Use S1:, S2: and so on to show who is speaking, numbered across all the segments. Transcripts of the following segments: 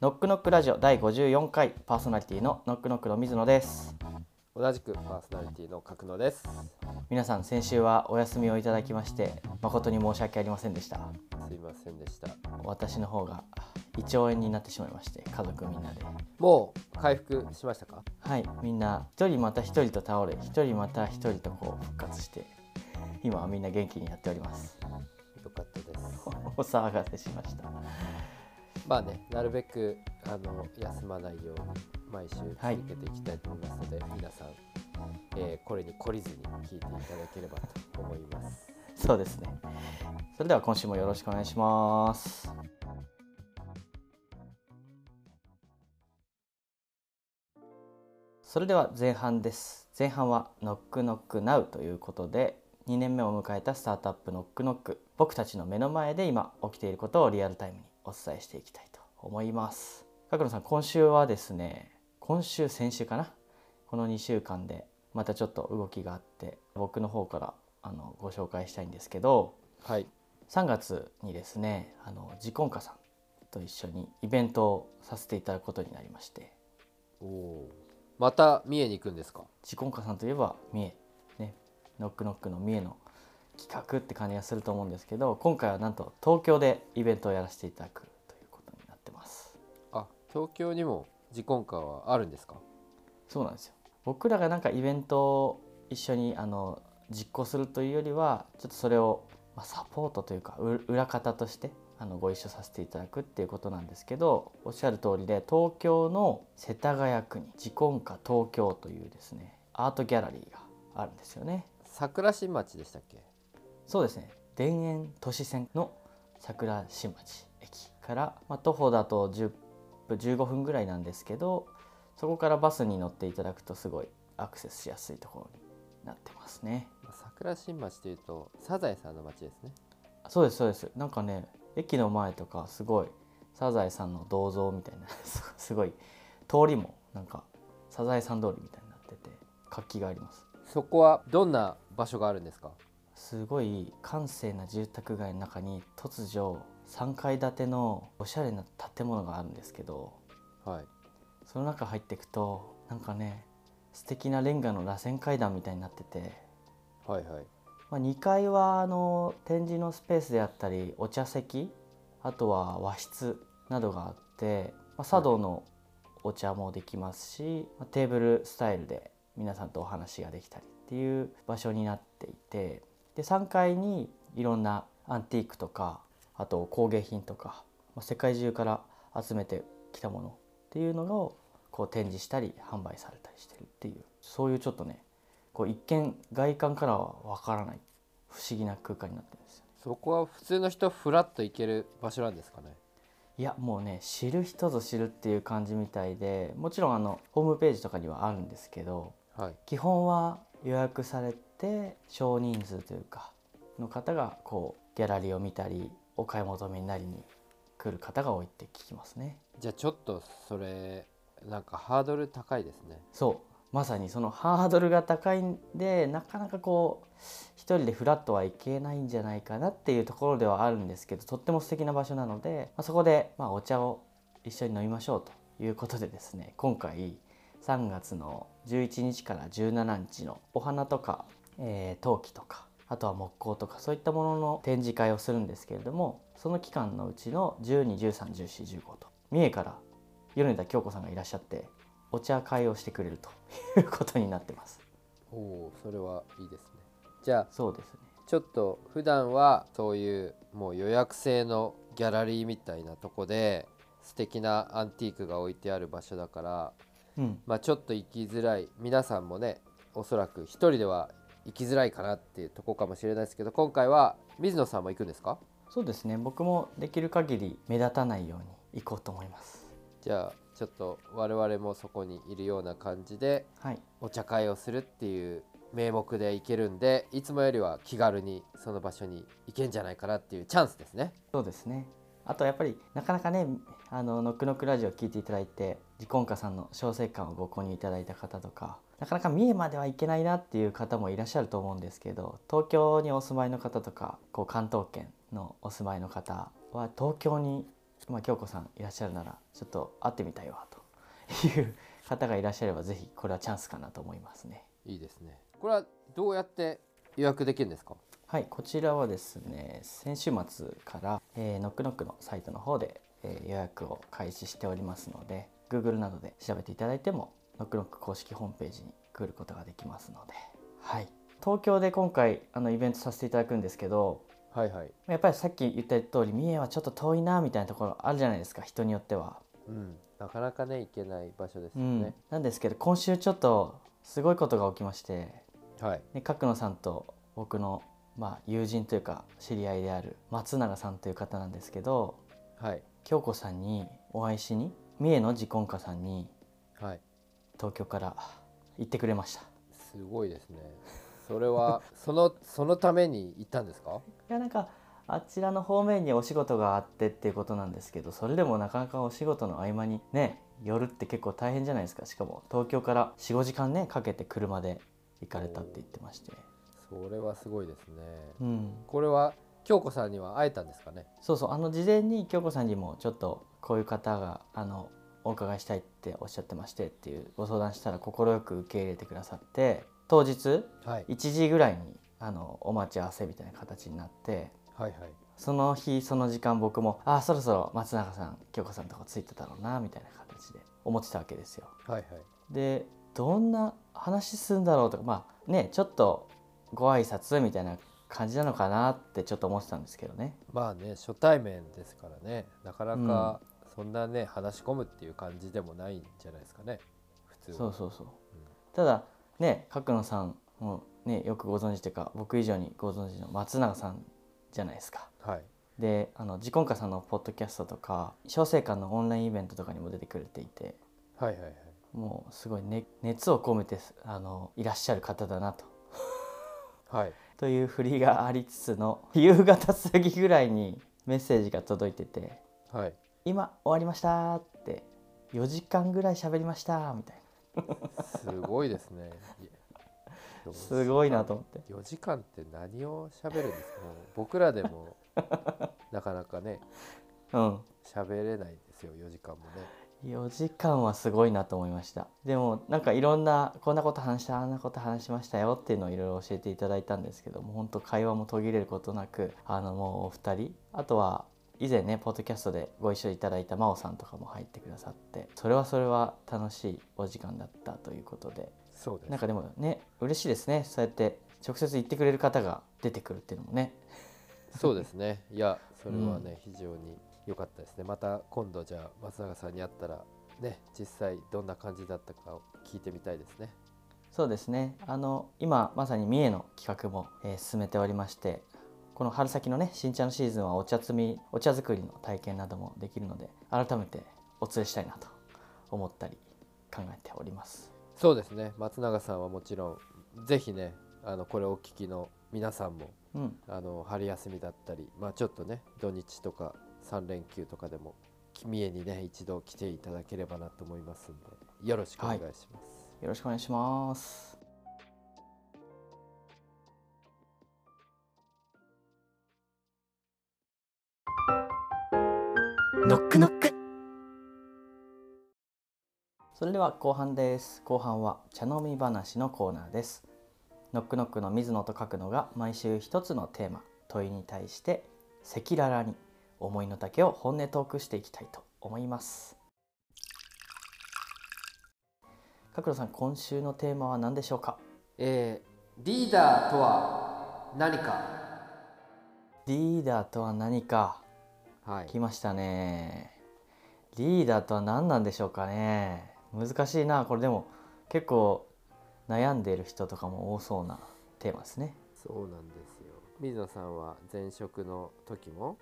S1: ノックノックラジオ第54回パーソナリティのノックノックの水野です
S2: 同じくパーソナリティの角野です
S1: 皆さん先週はお休みをいただきまして誠に申し訳ありませんでした
S2: すいませんでした
S1: 私の方が胃腸炎になってしまいまして家族みんなで
S2: もう回復しましたか
S1: はいみんな一人また一人と倒れ一人また一人とこう復活して今はみんな元気にやっております
S2: よかったです
S1: お騒がせしました
S2: まあねなるべくあの休まないように毎週
S1: はい
S2: 続けていきたいと思いますので、皆さん、えーこれに懲りずに聞いていただければと思います
S1: そうですねそれでは今週もよろしくお願いしますそれでは前半です前半はノックノックナウということで2年目を迎えたスタートアップノックノック僕たちの目の前で今起きていることをリアルタイムにお伝えしていきたいと思います角野さん今週はですね今週先週かなこの2週間でまたちょっと動きがあって僕の方からあのご紹介したいんですけど
S2: はい
S1: 3月にですねあの自婚家さんと一緒にイベントをさせていただくことになりまして
S2: おおまた三重に行くんですか
S1: 自婚家さんといえば三重ねノックノックの三重の企画って感じがすると思うんですけど今回はなんと東京でイベントをやらせていただくということになってます
S2: あ東京にも自婚会はあるんですか
S1: そうなんですよ僕らがなんかイベントを一緒にあの実行するというよりはちょっとそれを、まあ、サポートというかう裏方としてあのご一緒させていただくっていうことなんですけどおっしゃる通りで東京の世田谷区に「自婚家東京」というですねアートギャラリーがあるんですよね。
S2: 桜新町でしたっけ
S1: そうですね田園都市線の桜新町駅から、まあ、徒歩だと10分15分ぐらいなんですけどそこからバスに乗っていただくとすごいアクセスしやすいところになってますね
S2: 桜新町というとサザエさんの町ですね
S1: あそうですそうですなんかね駅の前とかすごいサザエさんの銅像みたいな すすごい通りもなんかサザエさん通りみたいになってて活気があります
S2: そこはどんな場所があるんですか
S1: すごい閑静な住宅街の中に突如3階建てのおしゃれな建物があるんですけど
S2: はい
S1: その中入っていくとなんかね素敵なレンガの螺旋階段みたいになってて、
S2: はいはい
S1: まあ、2階はあの展示のスペースであったりお茶席あとは和室などがあって、まあ、茶道のお茶もできますし、まあテーブルスタイルで皆さんとお話ができたりっていう場所になっていてで3階にいろんなアンティークとかあと工芸品とか、まあ、世界中から集めてきたものっていうのをこう展示したり販売されたりしてるっていうそういうちょっとねこう一見外観からはわからない不思議な空間になってるんですよね
S2: そこは普通の人フラッと行ける場所なんですかね
S1: いやもうね知る人ぞ知るっていう感じみたいでもちろんあのホームページとかにはあるんですけど
S2: はい
S1: 基本は予約されて少人数というかの方がこうギャラリーを見たりお買い求めになりに来る方が多いって聞きますね
S2: じゃあちょっとそれなんかハードル高いですね
S1: そうまさにそのハードルが高いんでなかなかこう一人でフラットはいけないんじゃないかなっていうところではあるんですけどとっても素敵な場所なので、まあ、そこで、まあ、お茶を一緒に飲みましょうということでですね今回3月の11日から17日のお花とか、えー陶器とかあとは木工とかそういったものの展示会をするんですけれどもその期間のうちの12131415と三重から米田京子さんがいらっしゃってお茶会をしてくれるということになってます
S2: おおーそれはいいですねじゃあ
S1: そうですね
S2: ちょっと普段はそういうもう予約制のギャラリーみたいなとこで素敵なアンティークが置いてある場所だから
S1: うん
S2: まあちょっと行きづらい皆さんもねおそらく一人では行きづらいかなっていうとこかもしれないですけど今回は水野さんも行くんですか
S1: そうですね僕もできる限り目立たないように行こうと思います
S2: じゃあちょっと我々もそこにいるような感じで
S1: はい
S2: お茶会をするっていう名目で行けるんでいつもよりは気軽にその場所に行けんじゃないかなっていうチャンスですね
S1: そうですねあとやっぱりなかなかねあのノックノックラジオ聞いていただいて自婚家さんの小説館をご購入いただいた方とかなかなか三重までは行けないなっていう方もいらっしゃると思うんですけど東京にお住まいの方とかこう関東圏のお住まいの方は東京にまあ、京子さんいらっしゃるならちょっと会ってみたいわという方がいらっしゃればぜひこれはチャンスかなと思いますね。
S2: いいですねこれはどうやって予約できるんですか
S1: はい、こちらはですね先週末から、えーノックノックのサイトの方で、えー予約を開始しておりますので Google などで調べていただいてもノックノック公式ホームページに来ることができますので、はい、東京で今回あのイベントさせていただくんですけど
S2: はいはい
S1: やっぱりさっき言った通り三重はちょっと遠いなみたいなところあるじゃないですか人によっては。
S2: うんなかなかね行けない場所です
S1: う
S2: よ
S1: ん
S2: ね、
S1: なんですけど今週ちょっとすごいことが起きまして
S2: はい
S1: で角野さんと僕の、まあ、友人というか知り合いである松永さんという方なんですけど
S2: はい
S1: 京子さんにお会いしに三重の自婚家さんに
S2: はい
S1: 東京から行ってくれましたい
S2: すごいですねそれは そのそのために行ったんですか
S1: やなんかあちらの方面にお仕事があってっていうことなんですけどそれでもなかなかお仕事の合間にね寄るって結構大変じゃないですかしかも東京から45時間ねかけて車で行かれたって言ってまして
S2: それはすごいですね
S1: うん
S2: これは京子さんには会えたんですかね
S1: そうそうあの事前に京子さんにもちょっとこういう方があのお伺いしたいっておっしゃってましてっていうご相談したら快く受け入れてくださって当日
S2: はい
S1: 1時ぐらいにあのお待ち合わせみたいな形になって
S2: はいはい
S1: その日その時間僕もあそろそろ松永さん京子さんとこ着いてたろうなみたいな形で思ってたわけですよ。
S2: はいはい
S1: でどんな話すんだろうとかまあねちょっとご挨拶みたいな感じなのかなってちょっと思ってたんですけどね。
S2: まあね初対面ですからねなかなかそんなね話し込むっていう感じでもないんじゃないですかね普通は
S1: そうそうそう、
S2: ん
S1: ただね角野さんもねよくご存知というか僕以上にご存知の松永さんじゃないですか
S2: はい
S1: であの自婚家さんのポッドキャストとか小生館のオンラインイベントとかにも出てくれていて
S2: はいはいはい
S1: もうすごい、ね、熱を込めてあのいらっしゃる方だなと。
S2: はい
S1: という振りがありつつの夕方過ぎぐらいにメッセージが届いてて
S2: はい
S1: 「今終わりました」って4時間ぐらい喋りましたみたい
S2: すごいですねいや
S1: なすごいなと思って
S2: 4時間って何を喋るんですかもう僕らでもなかなかね
S1: うん
S2: 喋れないですよ4時間もね
S1: 4時間はすごいなと思いましたでもなんかいろんなこんなこと話したあんなこと話しましたよっていうのをいろいろ教えていただいたんですけどもう本当会話も途切れることなくあのもうお二人あとは以前ねポッドキャストでご一緒いただいた真央さんとかも入ってくださってそれはそれは楽しいお時間だったということで
S2: そうです
S1: なんかでもね嬉しいですねそうやって直接言ってくれる方が出てくるっていうのもね
S2: そうですねいやそれは
S1: うん
S2: ね、非常に良かったですねまた今度じゃあ松永さんに会ったらね実際どんな感じだったかを聞いてみたいですね
S1: そうですねあの今まさに三重の企画も、えー進めておりましてこの春先のね新茶のシーズンはお茶摘みお茶作りの体験などもできるので改めてお連れしたいなと思ったり考えております
S2: そうですね松永さんはもちろんぜひねあのこれをお聞きの皆さんも
S1: うん
S2: あの春休みだったり、まあ、ちょっとね土日とか3連休とかでも三重にね一度来ていただければなと思いますんでよろしくお願いします、
S1: よろしくお願いします
S3: ノックノック
S1: それでは後半です後半は茶飲み話のコーナーですノックノックの水野と書くのが毎週一つのテーマ問いに対して赤裸々に思いの丈を本音トークしていきたいと思います角野さん今週のテーマは何でしょうか
S2: えーリーダーとは何か
S1: リーダーとは何か
S2: はい
S1: 来ましたねリーダーとは何なんでしょうかね難しいなこれでも結構悩んでいる人とかも多そうなテーマですね
S2: そうなんですよ水野さんは前職の時も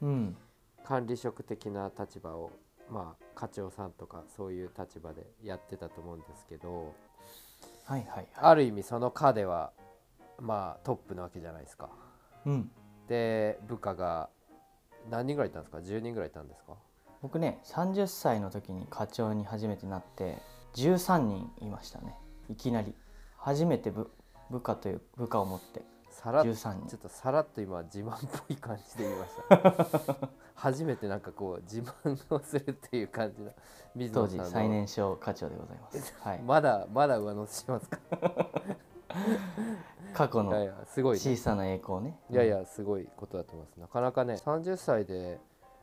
S1: うん
S2: 管理職的な立場をまあ課長さんとかそういう立場でやってたと思うんですけど
S1: はいはいはい
S2: ある意味その課ではまあトップなわけじゃないですか。
S1: うん
S2: で部下が何人ぐらいいたんですか10人ぐらいいたんですか
S1: 僕ね30歳の時に課長に初めてなって13人いましたねいきなり初めて部部下という部下を持って
S2: さらっ
S1: 13
S2: ちょ
S1: 人
S2: っとさらっと今自慢っぽい感じで言いました。 初めてなんかこう自慢をするっていう感じの水
S1: 当
S2: 野
S1: 時
S2: さんの
S1: 最年少課長でございます、はい、
S2: まだまだ上乗せしますか。
S1: 過去
S2: いやい
S1: の
S2: やすごい、
S1: 小
S2: ね。
S1: さな栄光ね
S2: いやいやすごいことだと思います。なかなかね30歳で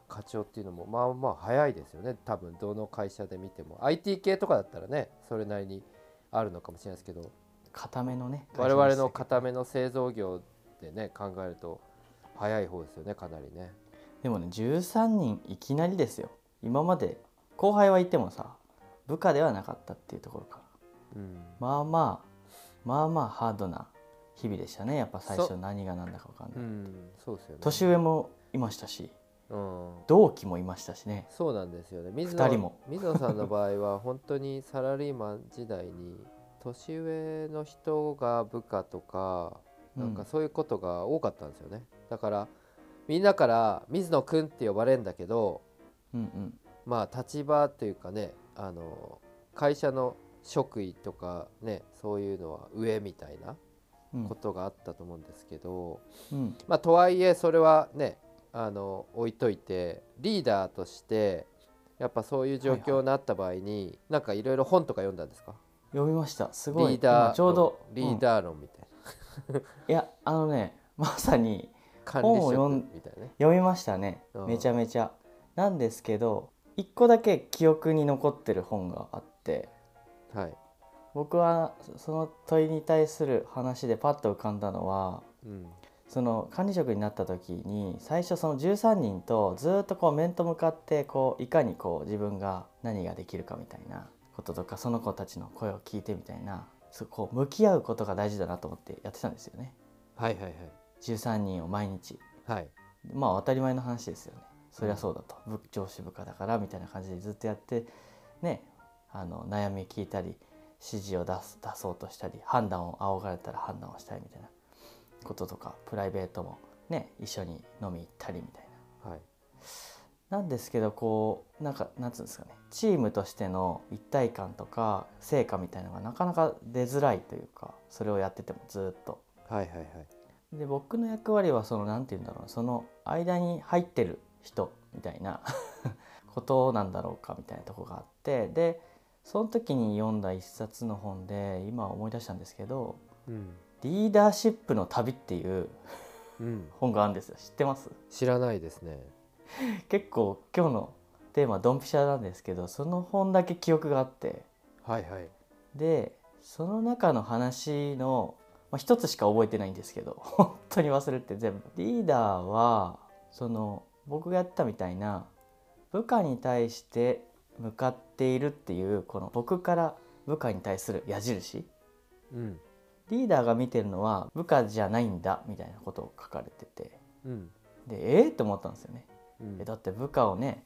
S2: 課長っていうのもまあまあ早いですよね。多分どの会社で見ても IT 系とかだったらねそれなりにあるのかもしれないですけど、
S1: 固めのね
S2: 我々の
S1: 会社でしたけど
S2: 固めの製造業でね考えると早い方ですよねかなりね。
S1: でもね13人いきなりですよ今まで後輩はいてもさ部下ではなかったっていうところから
S2: うん。
S1: まあまあまあまあハードな日々でしたねやっぱ最初
S2: そ
S1: 何が何だか分かんない、
S2: うん、そうですよね。
S1: 年上もいましたし
S2: うん、
S1: 同期もいましたしね
S2: そうなんですよね水
S1: 二人
S2: 野
S1: も
S2: 水野さんの場合は本当にサラリーマン時代に年上の人が部下とかなんかそういうことが多かったんですよね、だからみんなから「水野くん」って呼ばれるんだけど
S1: うんうん
S2: まあ立場というかねあの会社の職位とかねそういうのは上みたいな
S1: うんうん
S2: ことがあったと思うんですけど、
S1: うん
S2: まあ、とはいえそれはねあの置いといてリーダーとしてやっぱそういう状況になった場合に、なんかいろいろ本とか読んだんですか
S1: 呼びましたすごい
S2: リーダー
S1: 今ちょうど
S2: 論リー
S1: ー、
S2: ダー論みたいな、
S1: うんいやあのねまさに
S2: 管
S1: 本を
S2: 理
S1: 読ん
S2: 職みたいなね
S1: 読みましたね
S2: うん
S1: めちゃめちゃなんですけど一個だけ記憶に残ってる本があって
S2: はい、
S1: 僕はそその問いに対する話でパッと浮かんだのは
S2: うん、
S1: その管理職になった時に最初その13人とずっとこう面と向かってこういかにこう自分が何ができるかみたいなこととかその子たちの声を聞いてみたいなそうこう向き合うことが大事だなと思ってやってたんですよね
S2: はいはいはい
S1: 13人を毎日
S2: はい
S1: まあ当たり前の話ですよねそりゃそうだと、部上司部下だからみたいな感じでずっとやってねあの悩み聞いたり指示を出す出そうとしたり判断を仰がれたら判断をしたりみたいなこととかプライベートもね一緒に飲み行ったりみたい
S2: はい
S1: ななんですけどこうなんかなんつうんですかねチームとしての一体感とか成果みたいなのがなかなか出づらいというかそれをやっててもずっと
S2: はいはいはい
S1: で僕の役割はその何て言うんだろうなその間に入ってる人みたいな ことなんだろうかみたいなとこがあってでその時に読んだ一冊の本で今思い出したんですけど
S2: うん、
S1: 「リーダーシップの旅」っていう
S2: うん、
S1: 本があるんですよ知ってます
S2: 知らないですね
S1: 結構今日のテーマドンピシャなんですけどその本だけ記憶があって
S2: はいはい
S1: でその中の話の、まあ、一つしか覚えてないんですけど 本当に忘れて全部リーダーはその僕がやったみたいな部下に対して向かっているっていうこの僕から部下に対する矢印
S2: うん
S1: リーダーが見てるのは部下じゃないんだみたいなことを書かれてて
S2: うん
S1: でえー、って思ったんですよね。
S2: うん
S1: えだって部下をね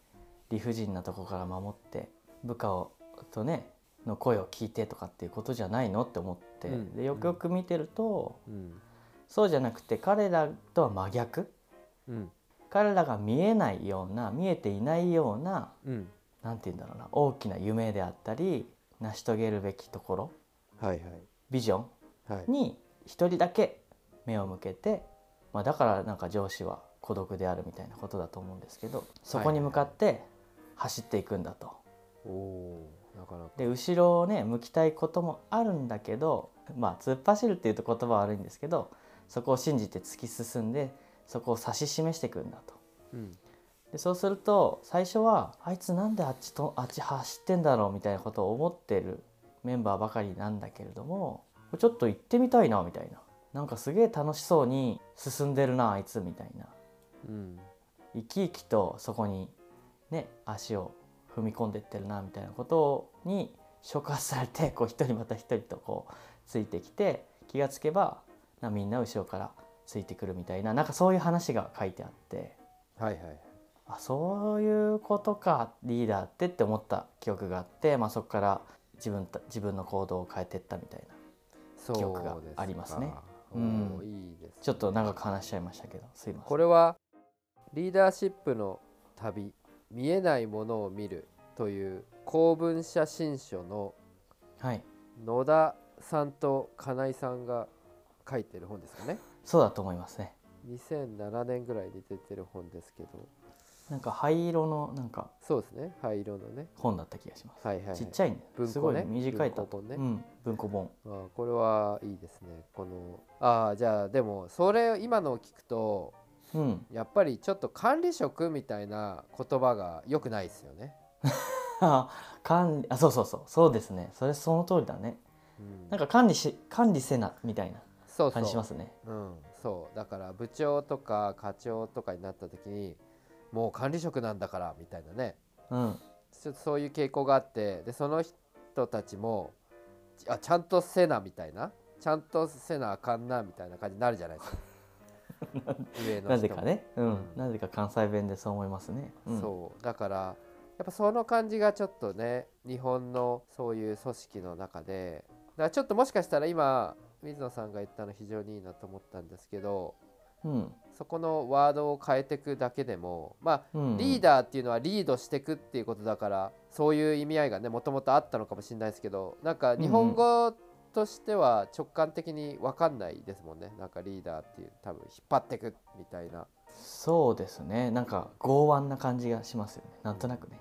S1: 理不尽なとこから守って部下をとねの声を聞いてとかっていうことじゃないのって思って、
S2: うん
S1: でよくよく見てると、
S2: うん
S1: そうじゃなくて彼らとは真逆
S2: うん
S1: 彼らが見えないような見えていないような
S2: うん
S1: 何て言うんだろうな大きな夢であったり成し遂げるべきところ
S2: はい
S1: ビジョン
S2: はいはい
S1: に一人だけ目を向けて、まあ、だからなんか上司は孤独であるみたいなことだと思うんですけどそこに向かって走っていくんだと。
S2: おおーなかなか
S1: で後ろをね向きたいこともあるんだけどまあ突っ走るっていうと言葉は悪いんですけどそこを信じて突き進んでそこを指し示していくんだと。
S2: うん
S1: でそうすると最初はあいつなんであっちとあっち走ってんだろうみたいなことを思ってるメンバーばかりなんだけれどもちょっと行ってみたいなみたいななんかすげえ楽しそうに進んでるなあいつみたいな
S2: うん
S1: 生き生きとそこにね足を踏み込んでってるなみたいなことに触発されてこう一人また一人とこうついてきて気がつけばなみんな後ろからついてくるみたいななんかそういう話が書いてあって
S2: はいはい
S1: あそういうことかリーダーってって思った記憶があって、まあ、そこから自分た自分の行動を変えてったみたいな
S2: そう
S1: 記憶がありますね
S2: ですか。お
S1: うん
S2: ーいいですね、
S1: ちょっと長く話しちゃいましたけどすいません。
S2: これはリーダーシップの旅見えないものを見るという公文写真書の
S1: はい
S2: 野田さんと金井さんが書いてる本ですかね。
S1: そうだと思いますね
S2: 2007年ぐらいに出てる本ですけど
S1: なんか灰色のなんか
S2: そうですね灰色のね
S1: 本だった気がします、
S2: はいはい、はい、
S1: ちっちゃいんだよ
S2: 文庫ね
S1: すごい短い
S2: 文庫
S1: と
S2: 本ね
S1: うん、文庫本
S2: あーこれはいいですねこのああじゃあでもそれを今のを聞くと
S1: うん
S2: やっぱりちょっと管理職みたいな言葉が良くないですよね、
S1: あ管理あそうそうそうそうですねそれその通りだね
S2: うん、
S1: なんか管理し管理せなみたいな
S2: そうそう
S1: 感じしますね
S2: うん、そうだから部長とか課長とかになった時にもう管理職なんだからみたいなね
S1: うん
S2: ちょっとそういう傾向があってでその人たちもちあちゃんとせなみたいなちゃんとせなあかんなみたいな感じになるじゃな いですか上の人も
S1: なぜかねうん、
S2: うん
S1: なぜか関西弁でそう思いますね、うん、
S2: そうだからやっぱその感じがちょっとね日本のそういう組織の中でだからちょっともしかしたら今水野さんが言ったの非常にいいなと思ったんですけど
S1: う、ん
S2: そこのワードを変えていくだけでもま
S1: う
S2: あ
S1: ん、
S2: リーダーっていうのはリードしていくっていうことだからそういう意味合いがねもともとあったのかもしれないですけどなんか日本語としては直感的に分かんないですもんねなんかリーダーっていう多分引っ張っていくみたいな
S1: そうですねなんか剛腕な感じがしますよねなんとなくね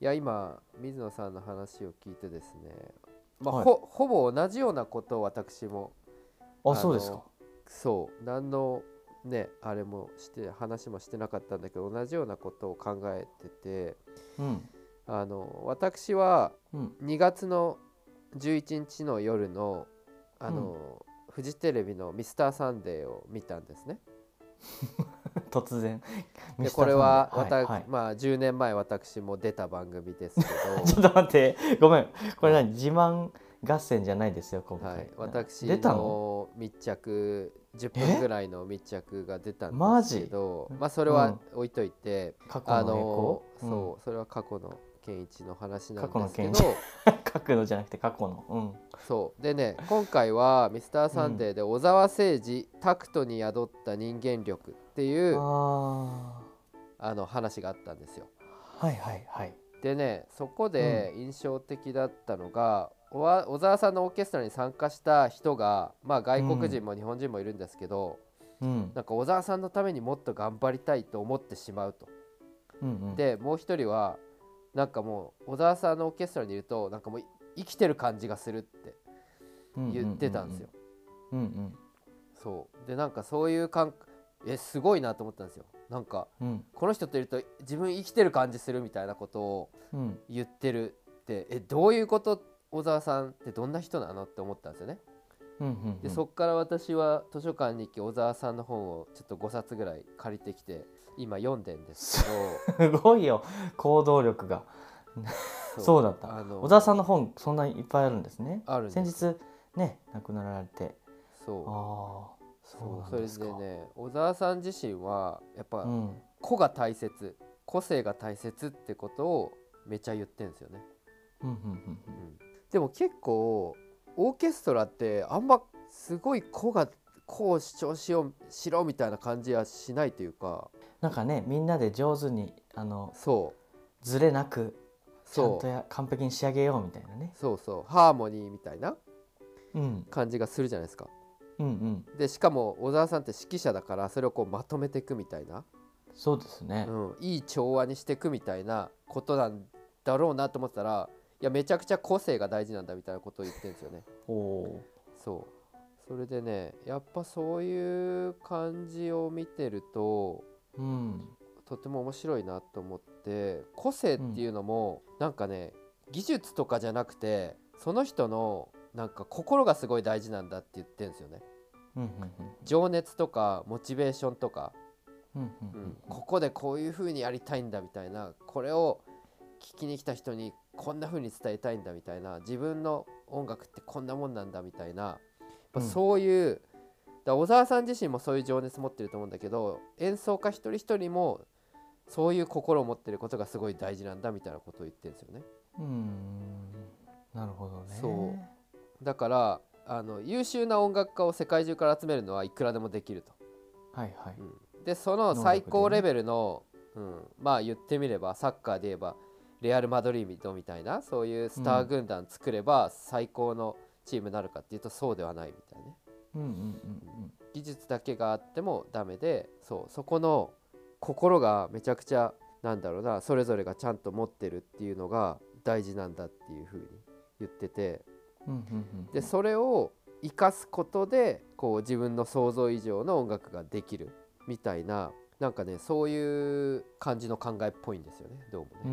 S2: いや今水野さんの話を聞いてですね、まあ
S1: はい
S2: ほほぼ同じようなことを私も
S1: あ
S2: あの
S1: そうですか
S2: そう何のねあれもして話もしてなかったんだけど同じようなことを考えてて
S1: うん
S2: あの私は
S1: うん
S2: 2月の11日の夜のあの、フジテレビの「ミスターサンデー」を見たんですね。
S1: 突然
S2: で
S1: ミスター
S2: これは
S1: サンデー
S2: 私、
S1: はいはい
S2: まあ、10年前私も出た番組ですけ ど
S1: ちょっと待ってごめんこれ何自慢合戦じゃないですよ今回、
S2: はい、私
S1: 出たの
S2: の密着10
S1: え
S2: 分ぐらいの密着が出たん
S1: マ
S2: で
S1: ジ
S2: すけど、まあ、それは置いといて、
S1: 過去
S2: あ
S1: の栄
S2: の
S1: 光
S2: そうそれは過去の健一の話なん
S1: 過去の
S2: ですけ
S1: 健
S2: ど
S1: 一うん 書くのじゃなくて過去のうん
S2: そうでね今回は「ミスターサンデー」で小沢誠二タクトに宿った人間力っていうあ
S1: あ
S2: の話があったんですよ。
S1: あはいはいはい
S2: でねそこで印象的だったのが、おわ小沢さんのオーケストラに参加した人が、まあ、外国人も日本人もいるんですけど、
S1: うん
S2: なんか小沢さんのためにもっと頑張りたいと思ってしまうと。
S1: うんうん
S2: でもう一人はなんかもう小沢さんのオーケストラにいるとなんかもうい生きてる感じがするって言ってたんですよ。
S1: うんうん
S2: そうでなんかそういう感えすごいなと思ったんですよ。なんか
S1: うん
S2: この人といると自分生きてる感じするみたいなことを
S1: うんうん
S2: 言ってるってえどういうこと小沢さんってどんな人なのって思ったんですよね。
S1: うんうんうん
S2: でそっから私は図書館に行き小沢さんの本をちょっと5冊ぐらい借りてきて今読んでんですけ ど。
S1: すごいよ行動力がそうだった
S2: あの
S1: 小沢さんの本そんなにいっぱいあるんですね
S2: あるんです
S1: 先日ね亡くなられてあ
S2: そ
S1: あ
S2: う
S1: そう
S2: そ
S1: な
S2: うんそれ
S1: ですか
S2: でね小沢さん自身はやっ
S1: う
S2: ぱ
S1: ん
S2: 個が大切個性が大切ってことをめちゃ言ってんですよね、
S1: うんうん
S2: うんでも結構オーケストラってあんますごい個がこう主張しようしろみたいな感じはしないというか
S1: なんかねみんなで上手にあの
S2: そう
S1: ずれなくちゃん
S2: そ
S1: と
S2: う
S1: や完璧に仕上げようみたいなね、
S2: そうそうハーモニーみたいな
S1: うん、
S2: 感じがするじゃないですか
S1: うんうん
S2: でしかも小沢さんって指揮者だからそれをこうまとめていくみたいな
S1: そうですね、
S2: うん、いい調和にしていくみたいなことなんだろうなと思ってたらいやめちゃくちゃ個性が大事なんだみたいなことを言ってるんですよね。
S1: おお
S2: そうそれでねやっぱそういう感じを見てると
S1: ーうん
S2: とても面白いなと思って個性っていうのも、なんかね技術とかじゃなくてその人のなんか心がすごい大事なんだって言ってるんですよね。
S1: うんうん
S2: 情熱とかモチベーションとか
S1: うんうんう
S2: うん
S1: うん
S2: んここでこういう風にやりたいんだみたいなこれを聞きに来た人にこんな風に伝えたいんだみたいな自分の音楽ってこんなもんなんだみたいなやっぱ
S1: うん
S2: そういう、だから小沢さん自身もそういう情熱持ってると思うんだけど演奏家一人一人もそういう心を持ってることがすごい大事なんだみたいなことを言ってるんですよね。
S1: うんなるほどね
S2: そうだからあの優秀な音楽家を世界中から集めるのはいくらでもできると。
S1: はいはい
S2: でその最高レベルの、うん、まあ言ってみればサッカーで言えばレアル・マドリードみたいなそういうスター軍団作れば最高のチームになるかっていうとそうではないみたいなね
S1: うんうん
S2: 技術だけがあってもダメでそうそこの心がめちゃくちゃなんだろうなそれぞれがちゃんと持ってるっていうのが大事なんだっていうふうに言ってて
S1: うんうんうんうん
S2: でそれを生かすことでこう自分の想像以上の音楽ができるみたいななんかねそういう感じの考えっぽいんですよねどうも
S1: うー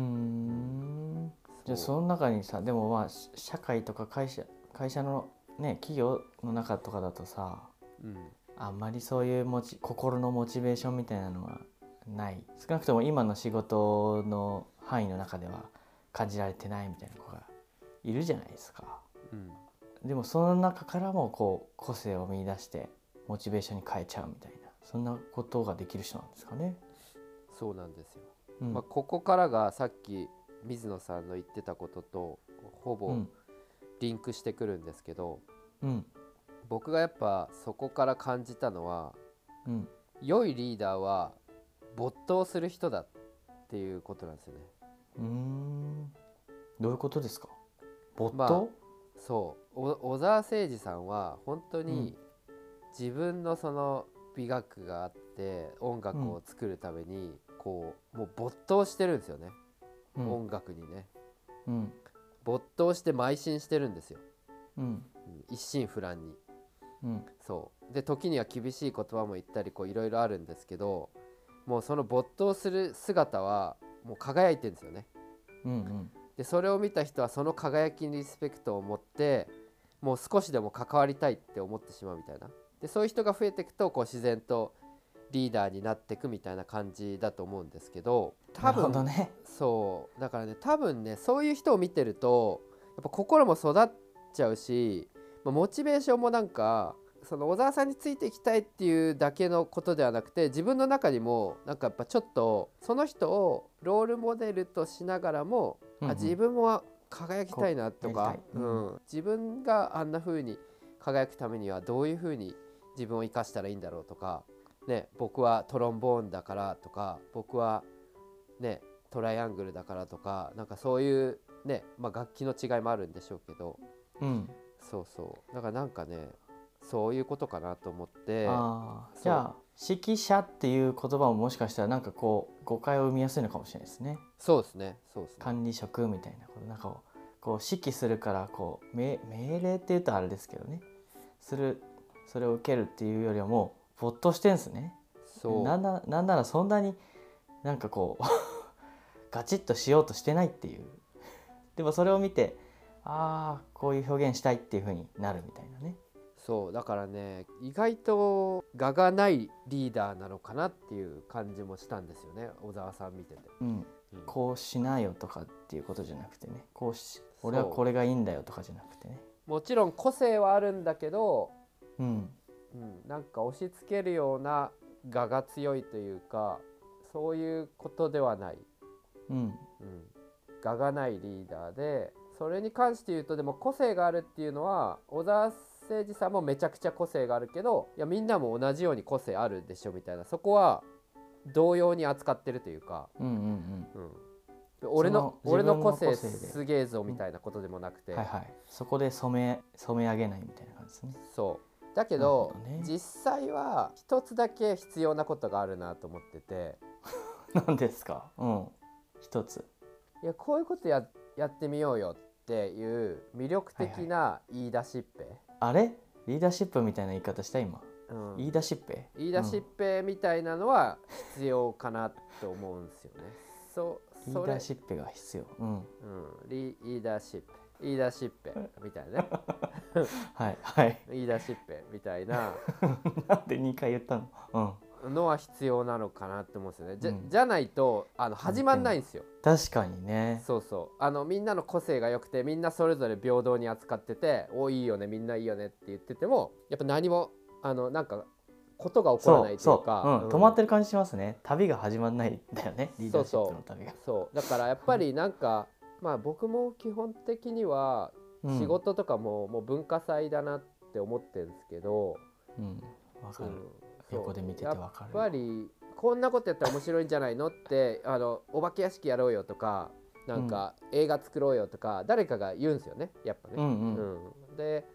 S2: ね。
S1: んじゃあ
S2: そう
S1: その中にさでもまあし社会とか会社会社のね企業の中とかだとさ
S2: うん
S1: あんまりそういうモチ心のモチベーションみたいなのはない少なくとも今の仕事の範囲の中では感じられてないみたいな子がいるじゃないですか
S2: うん
S1: でもその中からもこう個性を見出してモチベーションに変えちゃうみたいなそんなことができる人なんですかね。
S2: そうなんですよ、
S1: うん
S2: まあ、ここからがさっき水野さんの言ってたこととほ
S1: う
S2: ぼ
S1: ん
S2: リンクしてくるんですけど、
S1: うん
S2: 僕がやっぱそこから感じたのは
S1: うん
S2: 良いリーダーは没頭する人だっていうことなんですよね。
S1: うーんどういうことですか没
S2: まあ
S1: 頭、
S2: そうお小沢誠二さんは本当
S1: うん
S2: に自分のその美学があって音楽を作るためにこうもう没頭してるんですよね、
S1: うん
S2: 音楽にね
S1: うん
S2: 没頭して邁進してるんですよ、
S1: うん
S2: うん一心不乱に
S1: うん
S2: そうで時には厳しい言葉も言ったりこういろいろあるんですけどもうその没頭する姿はもう輝いてるんですよね
S1: うん
S2: でそれを見た人はその輝きにリスペクトを持ってもう少しでも関わりたいって思ってしまうみたいなでそういう人が増えていくとこう自然とリーダーになっていくみたいな感じだと思うんですけど多
S1: なるほ
S2: 分
S1: どね。
S2: そうだからね多分ねそういう人を見てるとやっぱ心も育っちゃうし、まあモチベーションもなんかその小沢さんについていきたいっていうだけのことではなくて自分の中にもなんかやっぱちょっとその人をロールモデルとしながらも、
S1: うんう
S2: あ
S1: ん
S2: 自分も輝きたいなとか
S1: こ、うやりた
S2: う
S1: いうん
S2: ん自分があんな風に輝くためにはどういう風に自分を生かしたらいいんだろうとか、ね、僕はトロンボーンだからとか僕は、ね、トライアングルだからとかなんかそういう、ねまあ、楽器の違いもあるんでしょうけど
S1: うん
S2: そうそうだからなんかねそういうことかなと思って
S1: あ
S2: そ
S1: ー
S2: う
S1: じゃあ指揮者っていう言葉ももしかしたらなんかこう誤解を生みやすいのかもしれないですね
S2: そうですねそうですね。
S1: 管理職みたいなことなんかをこう指揮するからこう命命令っていうとあれですけどねするそれを受けるっていうよりはもう没頭してんですね
S2: そう
S1: なんななんならそんなになんかこう ガチッとしようとしてないっていうでもそれを見てああこういう表現したいっていうふうになるみたいなね
S2: そうだからね意外と我がないリーダーなのかなっていう感じもしたんですよね小沢さん見てて。
S1: うん
S2: うん
S1: こうしなよとかっていうことじゃなくてねこうし
S2: そう
S1: 俺はこれがいいんだよとかじゃなくてね
S2: もちろん個性はあるんだけど、
S1: うん
S2: うん、なんか押し付けるような我が強いというかそういうことではない、
S1: うん
S2: うん、我がないリーダーでそれに関して言うとでも個性があるっていうのは小沢誠二さんもめちゃくちゃ個性があるけどいやみんなも同じように個性あるでしょみたいなそこは同様に扱ってるというか。
S1: うんうん
S2: うんで俺の
S1: その
S2: 俺の個
S1: 自分の
S2: 性
S1: 個性です
S2: げえぞみたいなことでもなくて、
S1: うんはいはいそこで染め染め上げないみたいな感じですね
S2: そうだけど
S1: なるほどね
S2: 実際は一つだけ必要なことがあるなと思ってて
S1: 何ですかうん一つ
S2: いやこういうことややってみようよっていう魅力的な言い出しっぺ、
S1: あれリーダーシップみたいな言い方した今、
S2: うん
S1: リーダーシップ
S2: 言い出しっぺみたいなのは必要かなと思うんですよね。そう
S1: リ
S2: そ
S1: ーダ
S2: れ
S1: ーシップが必要うん
S2: うん、リリーダーシップリーダーシップみた いなね
S1: はいはい
S2: リーダーシップみたいな
S1: なんで2回言ったのうん
S2: のは必要なのかなって思うんですよね。じゃ,、
S1: うん
S2: じゃないとあの始まんないんですよ。
S1: 確かにね
S2: そうそうあのみんなの個性が良くてみんなそれぞれ平等に扱ってて「おいいよねみんないいよね」って言っててもやっぱ何もあのなんかことが起こら
S1: そ
S2: ないうとい
S1: そうう、
S2: か
S1: うん、止まってる感じしますね旅が始まんないんだよねリーダーシップの旅が
S2: そうだからやっぱりなんかまあ僕も基本的には
S1: うん
S2: 仕事とかも、もう文化祭だなって思ってるんですけど、
S1: うんわか
S2: う
S1: る、
S2: んそう
S1: 横で見ててわか
S2: やっ
S1: る
S2: ぱりこんなことやったら面白いんじゃないのってあのお化け屋敷やろうよとかなんか映画作ろうよとか誰かが言うんですよねやっぱね。
S1: うんうん
S2: うん、で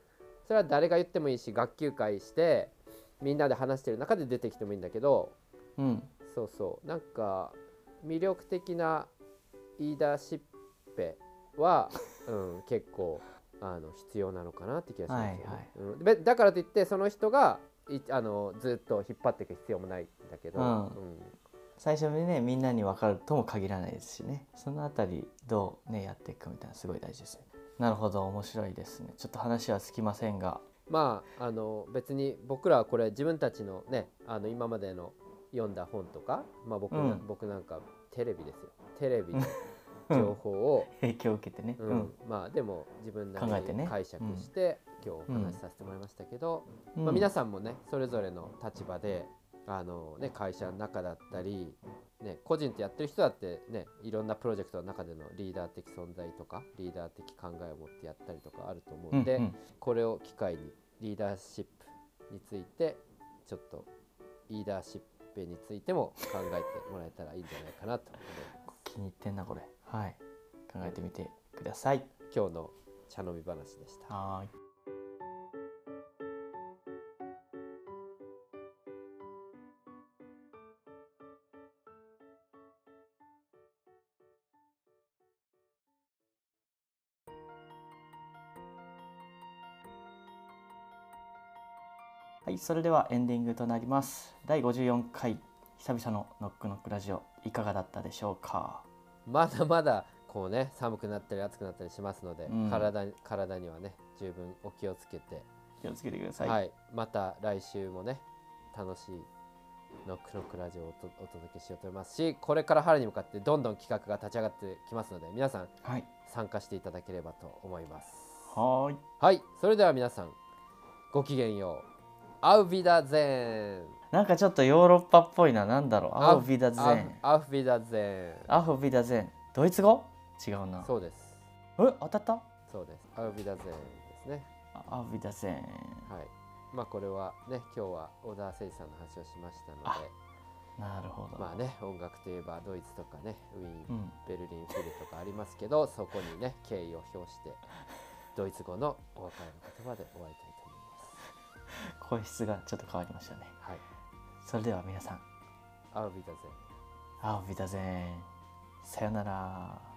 S2: それは誰が言ってもいいし学級会してみんなで話してる中で出てきてもいいんだけど
S1: うん
S2: そうそうなんか魅力的な言い出しっぺ は、うん、結構あの必要なのかなって気がしますよね、
S1: はいはい
S2: うんべだからといってその人がいあのずっと引っ張っていく必要もないんだけど、
S1: うん
S2: うん
S1: 最初にねみんなに分かるとも限らないですしねそのあたりどうねやっていくかみたいなのすごい大事ですねなるほど面白いですねちょっと話はつきませんが
S2: まああの別に僕らはこれ自分たちのねあの今までの読んだ本とか、まあ僕な
S1: うん
S2: 僕なんかテレビですよテレ ビの情報を、
S1: 影響を受けてね
S2: うんまあでも自分なり
S1: 考えて
S2: に
S1: ね
S2: 解釈して、今日お話しさせてもらいましたけど、
S1: うん
S2: まあ、
S1: うん
S2: 皆さんもねそれぞれの立場であの、ね、会社の中だったり、ね、個人とやってる人だって、ね、いろんなプロジェクトの中でのリーダー的存在とかリーダー的考えを持ってやったりとかあると思うんで、
S1: うんうん
S2: これを機会にリーダーシップについてちょっとリーダーシップについても考えてもらえたらいいんじゃないかなと思います
S1: 気に入ってんなこれはい考えてみてください
S2: 今日の茶飲み話でした。
S1: はーいはい、それではエンディングとなります。第54回久々のノックノックラジオいかがだったでしょうか。
S2: まだまだこうね寒くなったり暑くなったりしますので、
S1: うん
S2: 体に体にはね十分お気をつけて、
S1: 気をつけてくださ。
S2: はいいまた来週もね楽しいノックノックラジオをおとお届けしようと思いますしこれから春に向かってどんどん企画が立ち上がってきますので皆さん
S1: はい。
S2: 参加していただければと思います
S1: はーい。
S2: はいそれでは皆さんごきげんようアウビダゼーン
S1: なんかちょっとヨーロッパっぽいな。なんだろう。アフビダゼ
S2: ア
S1: ン。
S2: ウアウビダゼーン
S1: アフビダゼン。ドイツ語違うな。
S2: そうです
S1: え当たった
S2: そうですアウビダゼーンですね
S1: アフビダゼン。
S2: はい。まあこれはね今日は小田誠司さんの話をしましたの
S1: あ
S2: で、
S1: なるほど。
S2: まあね音楽といえばドイツとかねウィー
S1: う
S2: ン、
S1: ん。
S2: ベルリン、フィルとかありますけど、そこにね敬意を表してドイツ語のお別れの言葉で終わりたいと思い
S1: 声
S2: ます。
S1: 質がちょっと変わりましたね。
S2: はい。
S1: それでは皆さん、
S2: アウビダゼン。
S1: アフビダゼン。さよなら。